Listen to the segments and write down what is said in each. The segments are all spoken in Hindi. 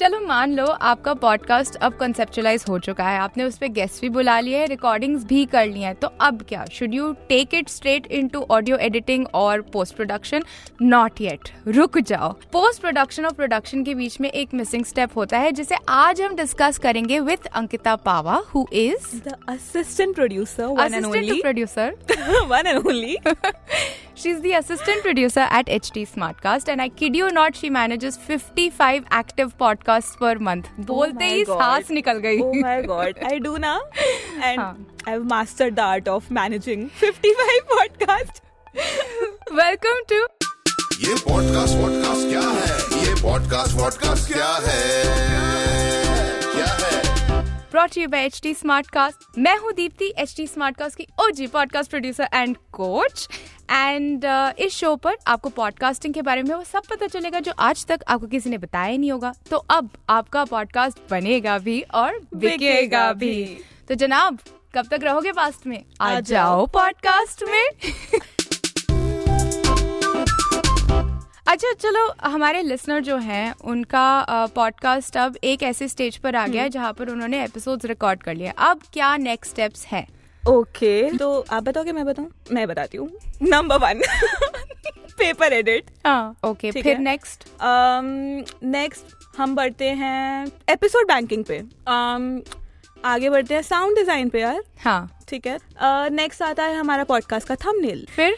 चलो मान लो आपका पॉडकास्ट अब कंसेप्चुलाइज हो चुका है आपने उस पर गेस्ट भी बुला लिए हैं रिकॉर्डिंग्स भी कर लिए हैं तो अब क्या should you take it straight into audio editing और पोस्ट प्रोडक्शन नॉट येट रुक जाओ पोस्ट प्रोडक्शन और प्रोडक्शन के बीच में एक मिसिंग स्टेप होता है जिसे आज हम डिस्कस करेंगे with Ankita Pawa who is The assistant producer, one and only. Producer one and only. She's the assistant producer at HT Smartcast, and I kid you not, she manages 55 active podcasts per month. बोलते Oh my ही God. सांस निकल गई oh my god, I do now. And हाँ. I've mastered the art of managing 55 podcasts. Welcome to ये पॉडकास्ट वॉडकास्ट क्या है ये पॉडकास्ट वॉडकास्ट क्या है क्या है brought you by H T Smartcast मैं हूँ दीप्ति एच टी स्मार्टकास्ट की OG podcast producer and coach and uh, इस शो पर आपको पॉडकास्टिंग के बारे में वो सब पता चलेगा जो आज तक आपको किसी ने बताया ही नहीं होगा तो अब आपका पॉडकास्ट बनेगा भी और बिकेगा बिकेगा भी भी। तो जनाब कब तक रहोगे पास्ट में आ आ जाओ जाओ पॉडकास्ट में अच्छा चलो हमारे लिसनर जो हैं उनका पॉडकास्ट अब एक ऐसे स्टेज पर आ गया है हम्म। जहाँ पर उन्होंने एपिसोड्स रिकॉर्ड कर लिए अब क्या नेक्स्ट स्टेप्स हैं ओके तो आप बताओगे मैं बताऊं मैं बताती हूँ number one paper edit okay हाँ, ठीक फिर है। नेक्स्ट नेक्स्ट Um, हम बढ़ते हैं एपिसोड बैंकिंग पे um, आगे बढ़ते हैं साउंड डिजाइन पे यार हाँ ठीक है नेक्स्ट आता है हमारा पॉडकास्ट का Uh, थंबनेल फिर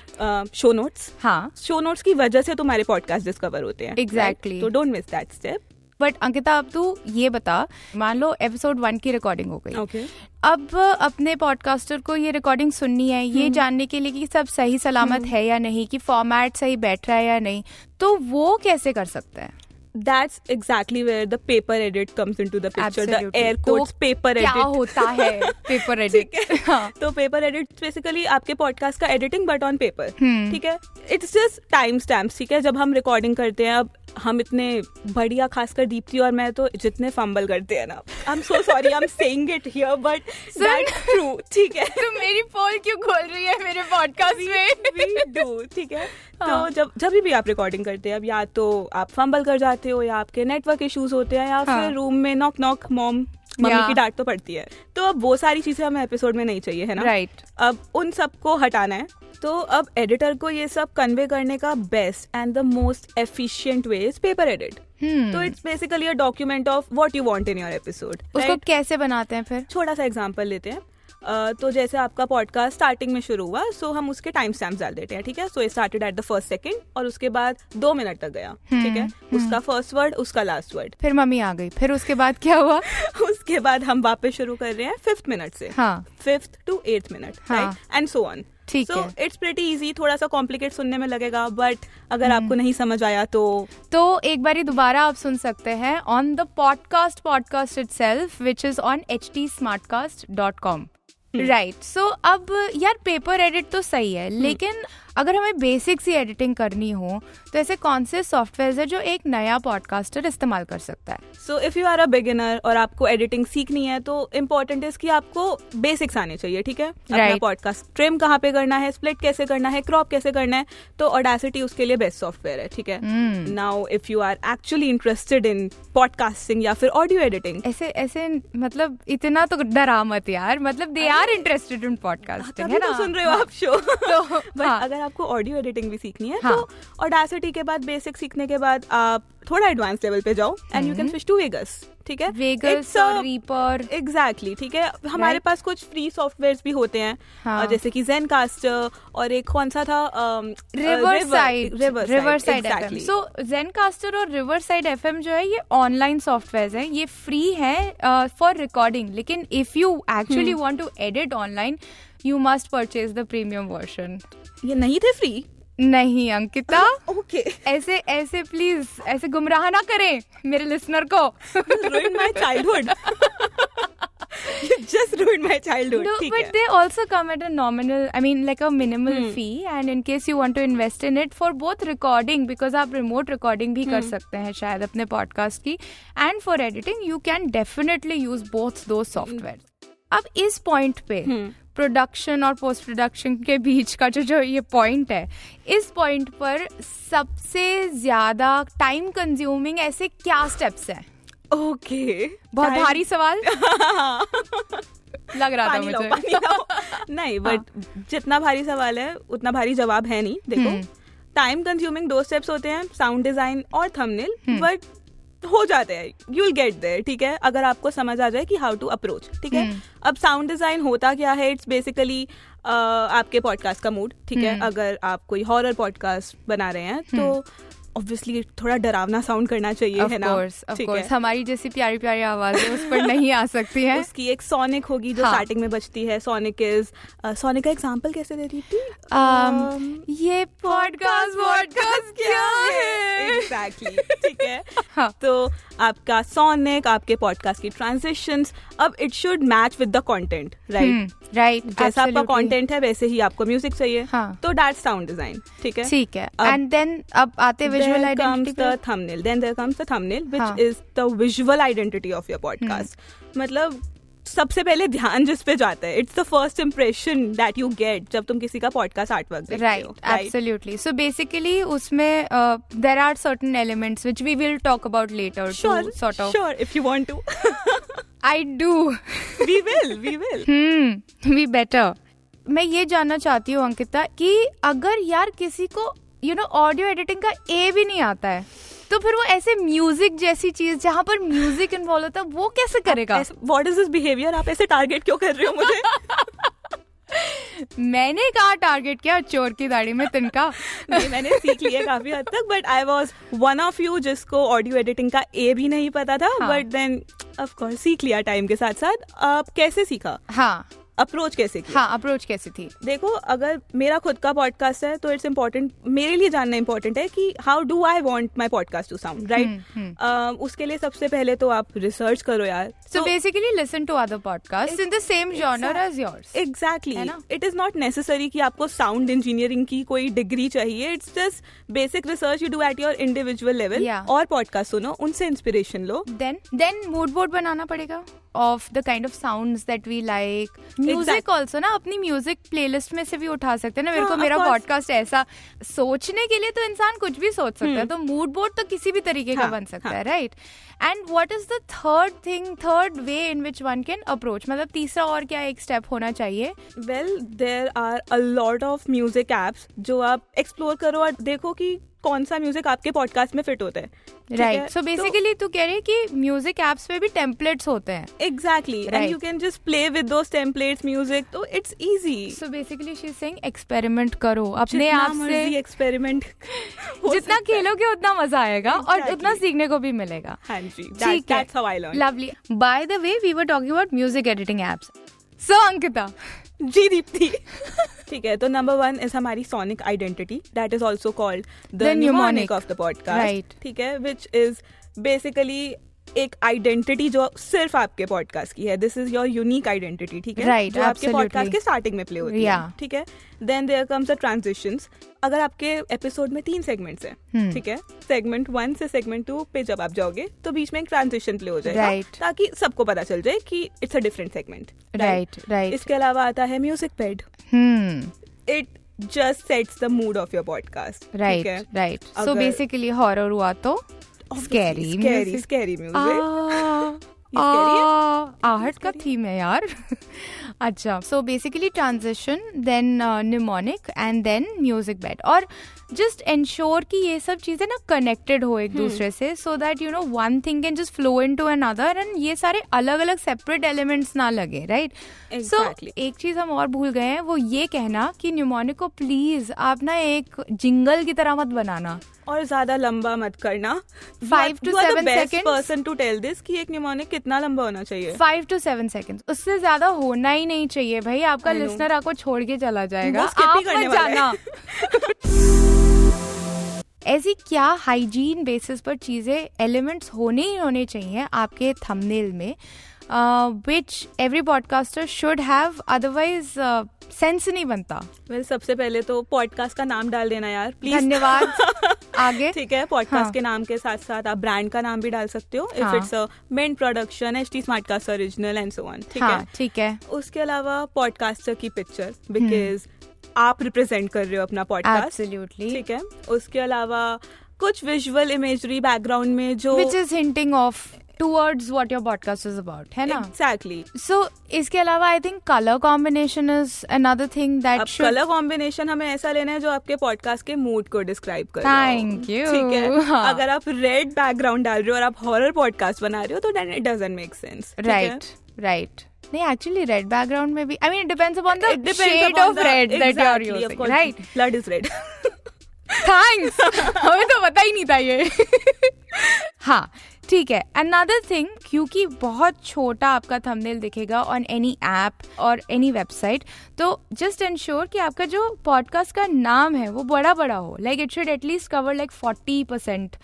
शो नोट्स हाँ शो नोट्स की वजह से तुम्हारे पॉडकास्ट डिस्कवर होते हैं Exactly. Right? तो don't miss that step but Ankita अब तू ये बता मान लो एपिसोड वन की रिकॉर्डिंग हो गई ओके अब अपने पॉडकास्टर को ये रिकॉर्डिंग सुननी है ये जानने के लिए कि सब सही सलामत है या नहीं कि फॉर्मेट सही बैठ रहा है या नहीं तो वो कैसे कर सकता है that's exactly where the paper edit comes into the picture the Absolutely. Air तो कोट्स पेपर क्या एडिट होता है paper edit? हाँ। तो पेपर एडिट बेसिकली आपके पॉडकास्ट का editing but on paper Hmm. ठीक है इट्स जस्ट टाइम स्टैम्प ठीक है जब हम रिकॉर्डिंग करते हैं अब हम इतने बढ़िया खासकर दीप्ति और मैं तो जितने फंबल करते हैं ना I am so sorry I am saying it here but सुन। दैट्स ट्रू ठीक है तो मेरी पोल क्यों खोल रही है मेरे पॉडकास्ट में we do, ठीक है तो हाँ। जब जब भी आप रिकॉर्डिंग करते हैं अब या तो आप फंबल कर जाते हो या आपके नेटवर्क इश्यूज होते हैं या हाँ। फिर रूम में knock knock mom mummy Yeah. की डांट तो पड़ती है तो अब वो सारी चीजें हमें एपिसोड में नहीं चाहिए है ना Right. अब उन सबको हटाना है तो अब एडिटर को ये सब कन्वे करने का best and the most efficient way is paper edit Hmm. तो it's basically a document of what you want in your episode उसको कैसे बनाते हैं फिर छोटा सा एग्जाम्पल लेते हैं अ, तो जैसे आपका पॉडकास्ट स्टार्टिंग में शुरू हुआ सो हम उसके टाइम स्टैम्प डाल देते हैं ठीक है so started at the first second और उसके बाद दो मिनट तक गया ठीक है हम्म, उसका फर्स्ट वर्ड उसका लास्ट वर्ड फिर मम्मी आ गई फिर उसके बाद क्या हुआ उसके बाद हम वापस शुरू कर रहे हैं फिफ्थ मिनट से हाँ। फिफ्थ टू एट्थ मिनट हाँ। एंड सो ऑन ठीक सो है। इट्स प्रेटी इजी थोड़ा सा कॉम्प्लिकेट सुनने में लगेगा बट अगर हम्म। आपको नहीं समझ आया तो तो एक बारी दोबारा आप सुन सकते हैं on the podcast podcast itself which is on H T Smartcast dot com Hmm. Right so अब यार पेपर एडिट तो सही है लेकिन अगर हमें बेसिक सी एडिटिंग करनी हो तो ऐसे कौन से सॉफ्टवेयर है जो एक नया पॉडकास्टर इस्तेमाल कर सकता है so if you are a beginner और आपको एडिटिंग सीखनी है तो इम्पोर्टेंट इज कि आपको बेसिक्स आने चाहिए ठीक है अपना Right. पॉडकास्ट ट्रिम कहाँ पे करना है स्प्लिट कैसे करना है क्रॉप कैसे करना है तो ऑडासिटी उसके लिए बेस्ट सॉफ्टवेयर है ठीक है Hmm. Now if you are actually interested in podcasting या फिर ऑडियो एडिटिंग ऐसे ऐसे मतलब इतना तो डरा मत यार मतलब they are interested in podcasting है ना तो सुन रहे हो आप शो तो, बट हाँ। अगर आपको ऑडियो एडिटिंग भी सीखनी है हाँ। तो ऑडासिटी के बाद बेसिक सीखने के बाद आप थोड़ा एडवांस लेवल पे जाओ and you can Hmm. Switch to Vegas ठीक है वेगस It's a- और रीपर एग्जैक्टली ठीक है हमारे Right. पास कुछ फ्री सॉफ्टवेयर भी होते हैं हाँ। अ, जैसे कि जेन और एक कौन सा था Riverside Riverside FM so Zencastr और रिवर साइड एफएम जो है ये ऑनलाइन सॉफ्टवेयर हैं ये फ्री है फॉर रिकॉर्डिंग लेकिन if you actually want to edit online you must purchase the premium version ये नहीं थे फ्री नहीं अंकिता ओके ऐसे ऐसे प्लीज ऐसे गुमराह ना करें मेरे लिसनर को ruin my childhood just ruin my childhood No, ठीक but है Hmm. they also come at a nominal, I mean, like a minimal fee. And in case you want to invest in it for both recording, because आप remote recording भी Hmm. कर सकते हैं शायद अपने podcast की, and for Hmm. editing, you can definitely use both those software. अब इस point पे प्रोडक्शन और पोस्ट प्रोडक्शन के बीच का जो जो ये पॉइंट है इस पॉइंट पर सबसे ज़्यादा टाइम कंज्यूमिंग ऐसे क्या स्टेप्स हैं ओके बहुत भारी सवाल लग रहा था पानी मुझे लाओ पानी लाओ नहीं बट जितना भारी सवाल है उतना भारी जवाब है नहीं देखो हम्म। टाइम कंज्यूमिंग दो स्टेप्स होते हैं साउंड डिजाइन और हम्म। थंबनेल बट हो जाते हैं यू विल गेट देयर ठीक है अगर आपको समझ आ जाए कि हाउ टू अप्रोच ठीक है हम्म। अब साउंड डिजाइन होता क्या है इट्स बेसिकली आपके पॉडकास्ट का मूड ठीक हम्म। है अगर आप कोई हॉरर पॉडकास्ट बना रहे हैं तो ऑब्वियसली थोड़ा डरावना साउंड करना चाहिए Of है ना course, of ठीक है। course. हमारी जैसी प्यारी प्यारी आवाजें उस पर नहीं आ सकती हैं उसकी एक सोनिक होगी जो हाँ। स्टार्टिंग में बजती है सोनिक इज सोनिक का एग्जांपल कैसे दे रही थी um, ये पॉडकास्ट पॉडकास्ट क्या है एग्जैक्टली ठीक है हाँ। तो आपका सोनिक आपके पॉडकास्ट की ट्रांजिशंस अब it should match with the content hmm, right right जैसा आपका कंटेंट है वैसे ही आपको म्यूजिक चाहिए हाँ। तो दैट साउंड डिजाइन ठीक है ठीक है अब- एंड देन अब आते visual There comes identity the thumbnail. Then there comes the thumbnail, which हाँ. Hmm. is the visual identity of your podcast. मतलब सबसे पहले ध्यान जिस पे जाता है it's the first impression that you get जब तुम किसी का पॉडकास्ट आर्टवर्क देखते राइट हो एब्सोल्युटली सो बेसिकली उसमें uh, there are certain elements which we will talk about later sure sort of sure if you want to I do we will we will hmm we better मैं ये जानना चाहती हूँ अंकिता कि अगर यार किसी को यू नो ऑडियो एडिटिंग का ए भी नहीं आता है तो फिर वो ऐसे म्यूजिक जैसी चीज जहाँ पर म्यूजिक इन्वॉल्व होता है वो कैसे करेगा व्हाट इज दिस बिहेवियर आप ऐसे टारगेट क्यों कर रहे हो मुझे मैंने कहा टारगेट किया चोर की दाढ़ी में तिनका नहीं, मैंने सीख लिया काफी हद तक but I was one of you जिसको ऑडियो एडिटिंग का ए भी नहीं पता था हाँ. बट देन ऑफ कोर्स सीख लिया टाइम के साथ साथ आप कैसे सीखा हाँ अप्रोच कैसे किया हाँ अप्रोच कैसी थी देखो अगर मेरा खुद का पॉडकास्ट है तो इट्स इम्पोर्टेंट मेरे लिए जानना इम्पोर्टेंट है कि how do I want my podcast to sound hmm, right उसके लिए सबसे पहले तो आप रिसर्च करो यार तो So basically, listen to other podcasts in the same genre as yours. Exactly है ना? इट इज नॉट नेसेसरी कि आपको साउंड इंजीनियरिंग की कोई डिग्री चाहिए it's just basic research you do at your individual level Yeah. और पॉडकास्ट सुनो उनसे इंस्पिरेशन लो Then, then mood board बनाना पड़ेगा of the kind of sounds that we like. Music Exact- also ना अपनी music playlist में से भी उठा सकते हैं ना मेरे हाँ, को of मेरा course. podcast ऐसा सोचने के लिए तो इंसान कुछ भी सोच सकता Hmm. है तो mood board तो किसी भी तरीके का हाँ, बन सकता हाँ. है right and what is the third thing third way in which one can approach मतलब तीसरा और क्या एक स्टेप होना चाहिए well there are a lot of music apps जो आप एक्सप्लोर करो और देखो कि कौन सा म्यूजिक आपके पॉडकास्ट में फिट होता है ठीक है? राइट सो तो- बेसिकली तू कह रही है कि म्यूजिक एप्स पे भी टेम्पलेट्स होते हैं Exactly. Right. And you can just play with those templates, music. So it's easy. So basically she sing experiment करो अपने जितना आप मर्जी से experiment हो जितना सकता है। खेलोगे उतना मजा आएगा और Exactly. उतना सीखने को भी मिलेगा हाँ जी, that- ठीक है that's how I learned. Lovely by the way we were talking about music editing apps so Ankita ji Deepti ठीक है तो नंबर वन इज हमारी sonic identity that is also called the The mnemonic. Mnemonic of the Right. Podcast ठीक है विच इज बेसिकली एक आइडेंटिटी जो सिर्फ आपके पॉडकास्ट की है this is your unique identity ठीक है Right, जो आपके absolutely. पॉडकास्ट के स्टार्टिंग में प्ले होती Yeah. है ठीक है then there comes the transitions अगर आपके एपिसोड में तीन सेगमेंट्स Hmm. हैं ठीक है सेगमेंट वन से सेगमेंट टू पे जब आप जाओगे तो बीच में एक ट्रांजिशन प्ले हो जाएगा Right. ताकि सबको पता चल जाए कि it's a different segment Right, right. इसके अलावा आता है music bed hmm it just sets the mood of your podcast. Right ठीक है? राइट सो अगर- बेसिकली हॉरर हुआ तो Obviously, scary scary, scary music. Ah, scary ah, Ah, आहट का थीम है यार अच्छा so basically transition then mnemonic and then music bed और जस्ट इंश्योर कि ये सब चीज़ें ना कनेक्टेड हो Hmm. एक दूसरे से so that you know one thing can just flow into another and ये सारे अलग अलग सेपरेट एलिमेंट्स ना लगे राइट सो Exactly. एक चीज़ हम और भूल गए हैं वो ये कहना कि न्यूमोनिक को प्लीज़ आप ना एक जिंगल की तरह मत बनाना और ज्यादा लंबा मत करना Ah. Five to seven second seconds. Person to tell this कि एक निमोनिक कितना लंबा होना चाहिए फाइव टू सेवन सेकेंड उससे ज्यादा होना ही नहीं चाहिए भाई आपका I know. लिसनर आपको छोड़ के चला जाएगा वो skip ही आप करने मत वाला है। जाना ऐसी क्या हाइजीन बेसिस पर चीजें एलिमेंट्स होने ही होने चाहिए आपके थंबनेल में which every podcaster should have otherwise sense नहीं बनता वेल सबसे पहले तो पॉडकास्ट का नाम डाल देना यार प्लीज धन्यवाद आगे ठीक है पॉडकास्ट हाँ। के नाम के साथ साथ आप ब्रांड का नाम भी डाल सकते हो इफ हाँ। It's a main production H T Smartcast original and so on ठीक हाँ है ठीक है उसके अलावा पॉडकास्टर की पिक्चर हम्म। बिकॉज आप रिप्रेजेंट कर रहे हो अपना पॉडकास्ट एब्सोल्युटली ठीक है उसके अलावा कुछ विजुअल इमेजरी बैकग्राउंड में जो which is hinting of towards what your podcast is about है ना एग्जैक्टली सो इसके अलावा I think colour combination is another thing अब दैट कलर कॉम्बिनेशन हमें ऐसा लेना है जो आपके पॉडकास्ट के मूड को डिस्क्राइब कर रहा हो। Thank you. ठीक है हाँ। अगर आप रेड बैकग्राउंड डाल रहे हो और आप हॉरर पॉडकास्ट बना रहे हो तो then it doesn't make sense right right नहीं एक्चुअली रेड बैकग्राउंड में भी I mean it depends upon It the depends shade upon of the- red that you are Exactly, of using course. Right Blood is red. Thanks हमें तो पता ही नहीं था ये हाँ ठीक है अनदर थिंग क्योंकि बहुत छोटा आपका थंबनेल दिखेगा ऑन एनी ऐप और एनी वेबसाइट तो जस्ट इंश्योर कि आपका जो पॉडकास्ट का नाम है वो बड़ा बड़ा हो like it should at least cover like forty percent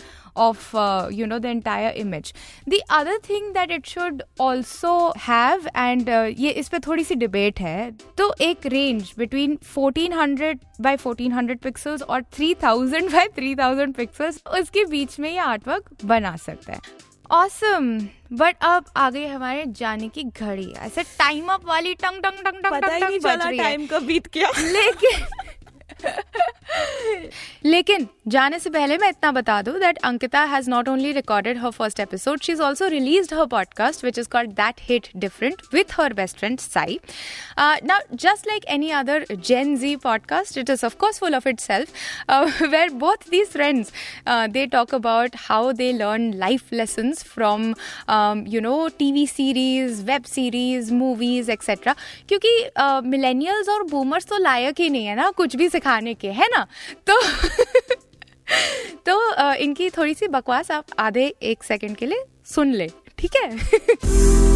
of you know the entire image the other thing that it should also have and uh, ये इस पे थोड़ी सी डिबेट है तो एक रेंज बिटवीन 1400 बाय 1400 पिक्सल्स और 3000 बाय 3000 पिक्सल्स उसके बीच में ये आर्टवर्क बना सकता है ऑसम बट अब आ गई हमारे जाने की घड़ी ऐसे टाइम अप वाली टंग टंग टंग टंग पता टंग ही नहीं टंग बज चला रही है टाइम कब बीत गया लेकिन लेकिन जाने से पहले मैं इतना बता दूं that Ankita has not only recorded her first episode she is also release her podcast which is called that hit different with her best friend Sai now just like any other Gen Z podcast it is of course full of it self where both these friends they talk about how they learn life lesson from you know T V series web series movies etcetera क्योंकि मिलेनियल्स और बूमर्स तो लायक ही नहीं है ना कुछ भी सिखाने के है ना तो तो अ, इनकी थोड़ी सी बकवास आप आधे एक सेकंड के लिए सुन ले ठीक है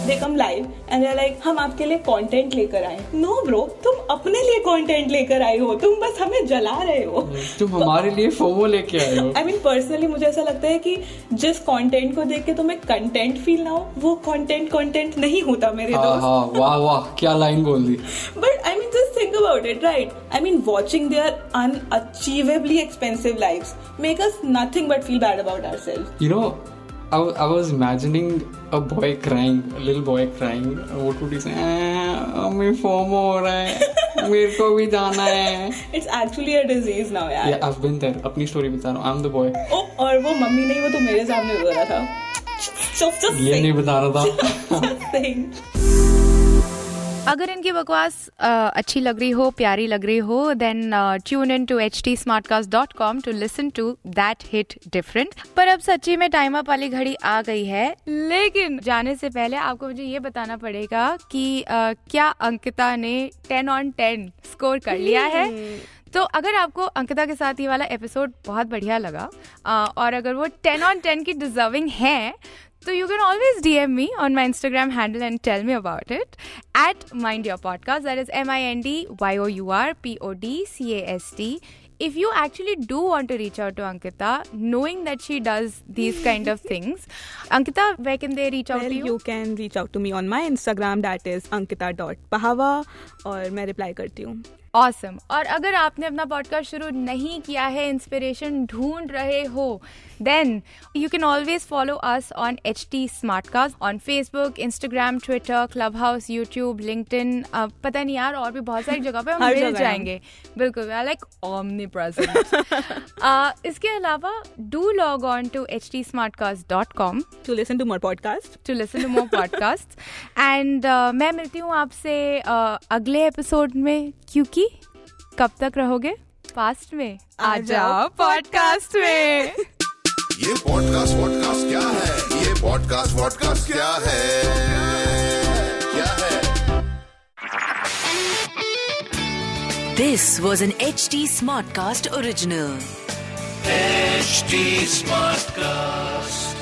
दे कम लाइव एंड लाइक हम आपके लिए कंटेंट लेकर आए नो ब्रो तुम अपने लिए कंटेंट लेकर आए हो तुम बस हमें जला रहे हो तुम हमारे लिए फोमो लेके आए हो आई मीन पर्सनली मुझे ऐसा लगता है कि जिस कंटेंट को देख के तुम्हें कंटेंट फील ना हो वो कंटेंट कंटेंट नहीं होता मेरे हाँ दोस्त हाँ वाह वाह क्या लाइन बोल दी but I mean just think about it right I mean watching their unachievably expensive life make us nothing but feel bad about our self You know, I, wa- I was imagining a boy crying, a little boy crying. What would he say? "Ah, हमें FOMO हो रहा है मेरे को भी जाना है it's actually a disease now यार yeah, I've been there. अपनी स्टोरी बता रहा हूँ आई एम द बॉय ओ और वो मम्मी नहीं वो तो मेरे सामने रो रहा था चुप चुप ये नहीं सिंह, बता रहा था चुप सिंह। अगर इनकी बकवास अ, अच्छी लग रही हो प्यारी लग रही हो then tune in to H T Smartcast dot com to listen to that hit different पर अब सच्ची में टाइम अप वाली घड़ी आ गई है लेकिन जाने से पहले आपको मुझे ये बताना पड़ेगा कि अ, क्या अंकिता ने टेन ऑन टेन स्कोर कर लिया है तो अगर आपको अंकिता के साथ ये वाला एपिसोड बहुत बढ़िया लगा अ, और अगर वो टेन ऑन टेन की डिजर्विंग है So you can always DM me on my Instagram handle and tell me about it at Mind Your Podcast. That is M I N D Y O U R P O D C A S T. If you actually do want to reach out to Ankita, knowing that she does these kind of things, Ankita, where can they reach out Well, to you? you can reach out to me on my Instagram, that is ankita.pahava, और मैं reply करती हूँ ऑसम और अगर आपने अपना पॉडकास्ट शुरू नहीं किया है इंस्पिरेशन ढूंढ रहे हो then you can always follow us on H T Smartcast on Facebook Instagram Twitter Clubhouse YouTube link Uh, पता नहीं यार और भी बहुत सारी जगह पे हम हर मिल जगह हम। जाएंगे बिल्कुल लाइक ओमनी Uh, इसके अलावा do log on to H T Smartcast dot com To listen to more podcast. To listen to more podcast and uh, मैं मिलती हूँ आपसे uh, अगले एपिसोड में क्योंकि कब तक रहोगे पास्ट में आ जाओ पॉडकास्ट में ये पॉडकास्ट वॉडकास्ट क्या है ये पॉडकास्ट वॉडकास्ट क्या है क्या है This was an HD Smartcast original. HD Smartcast.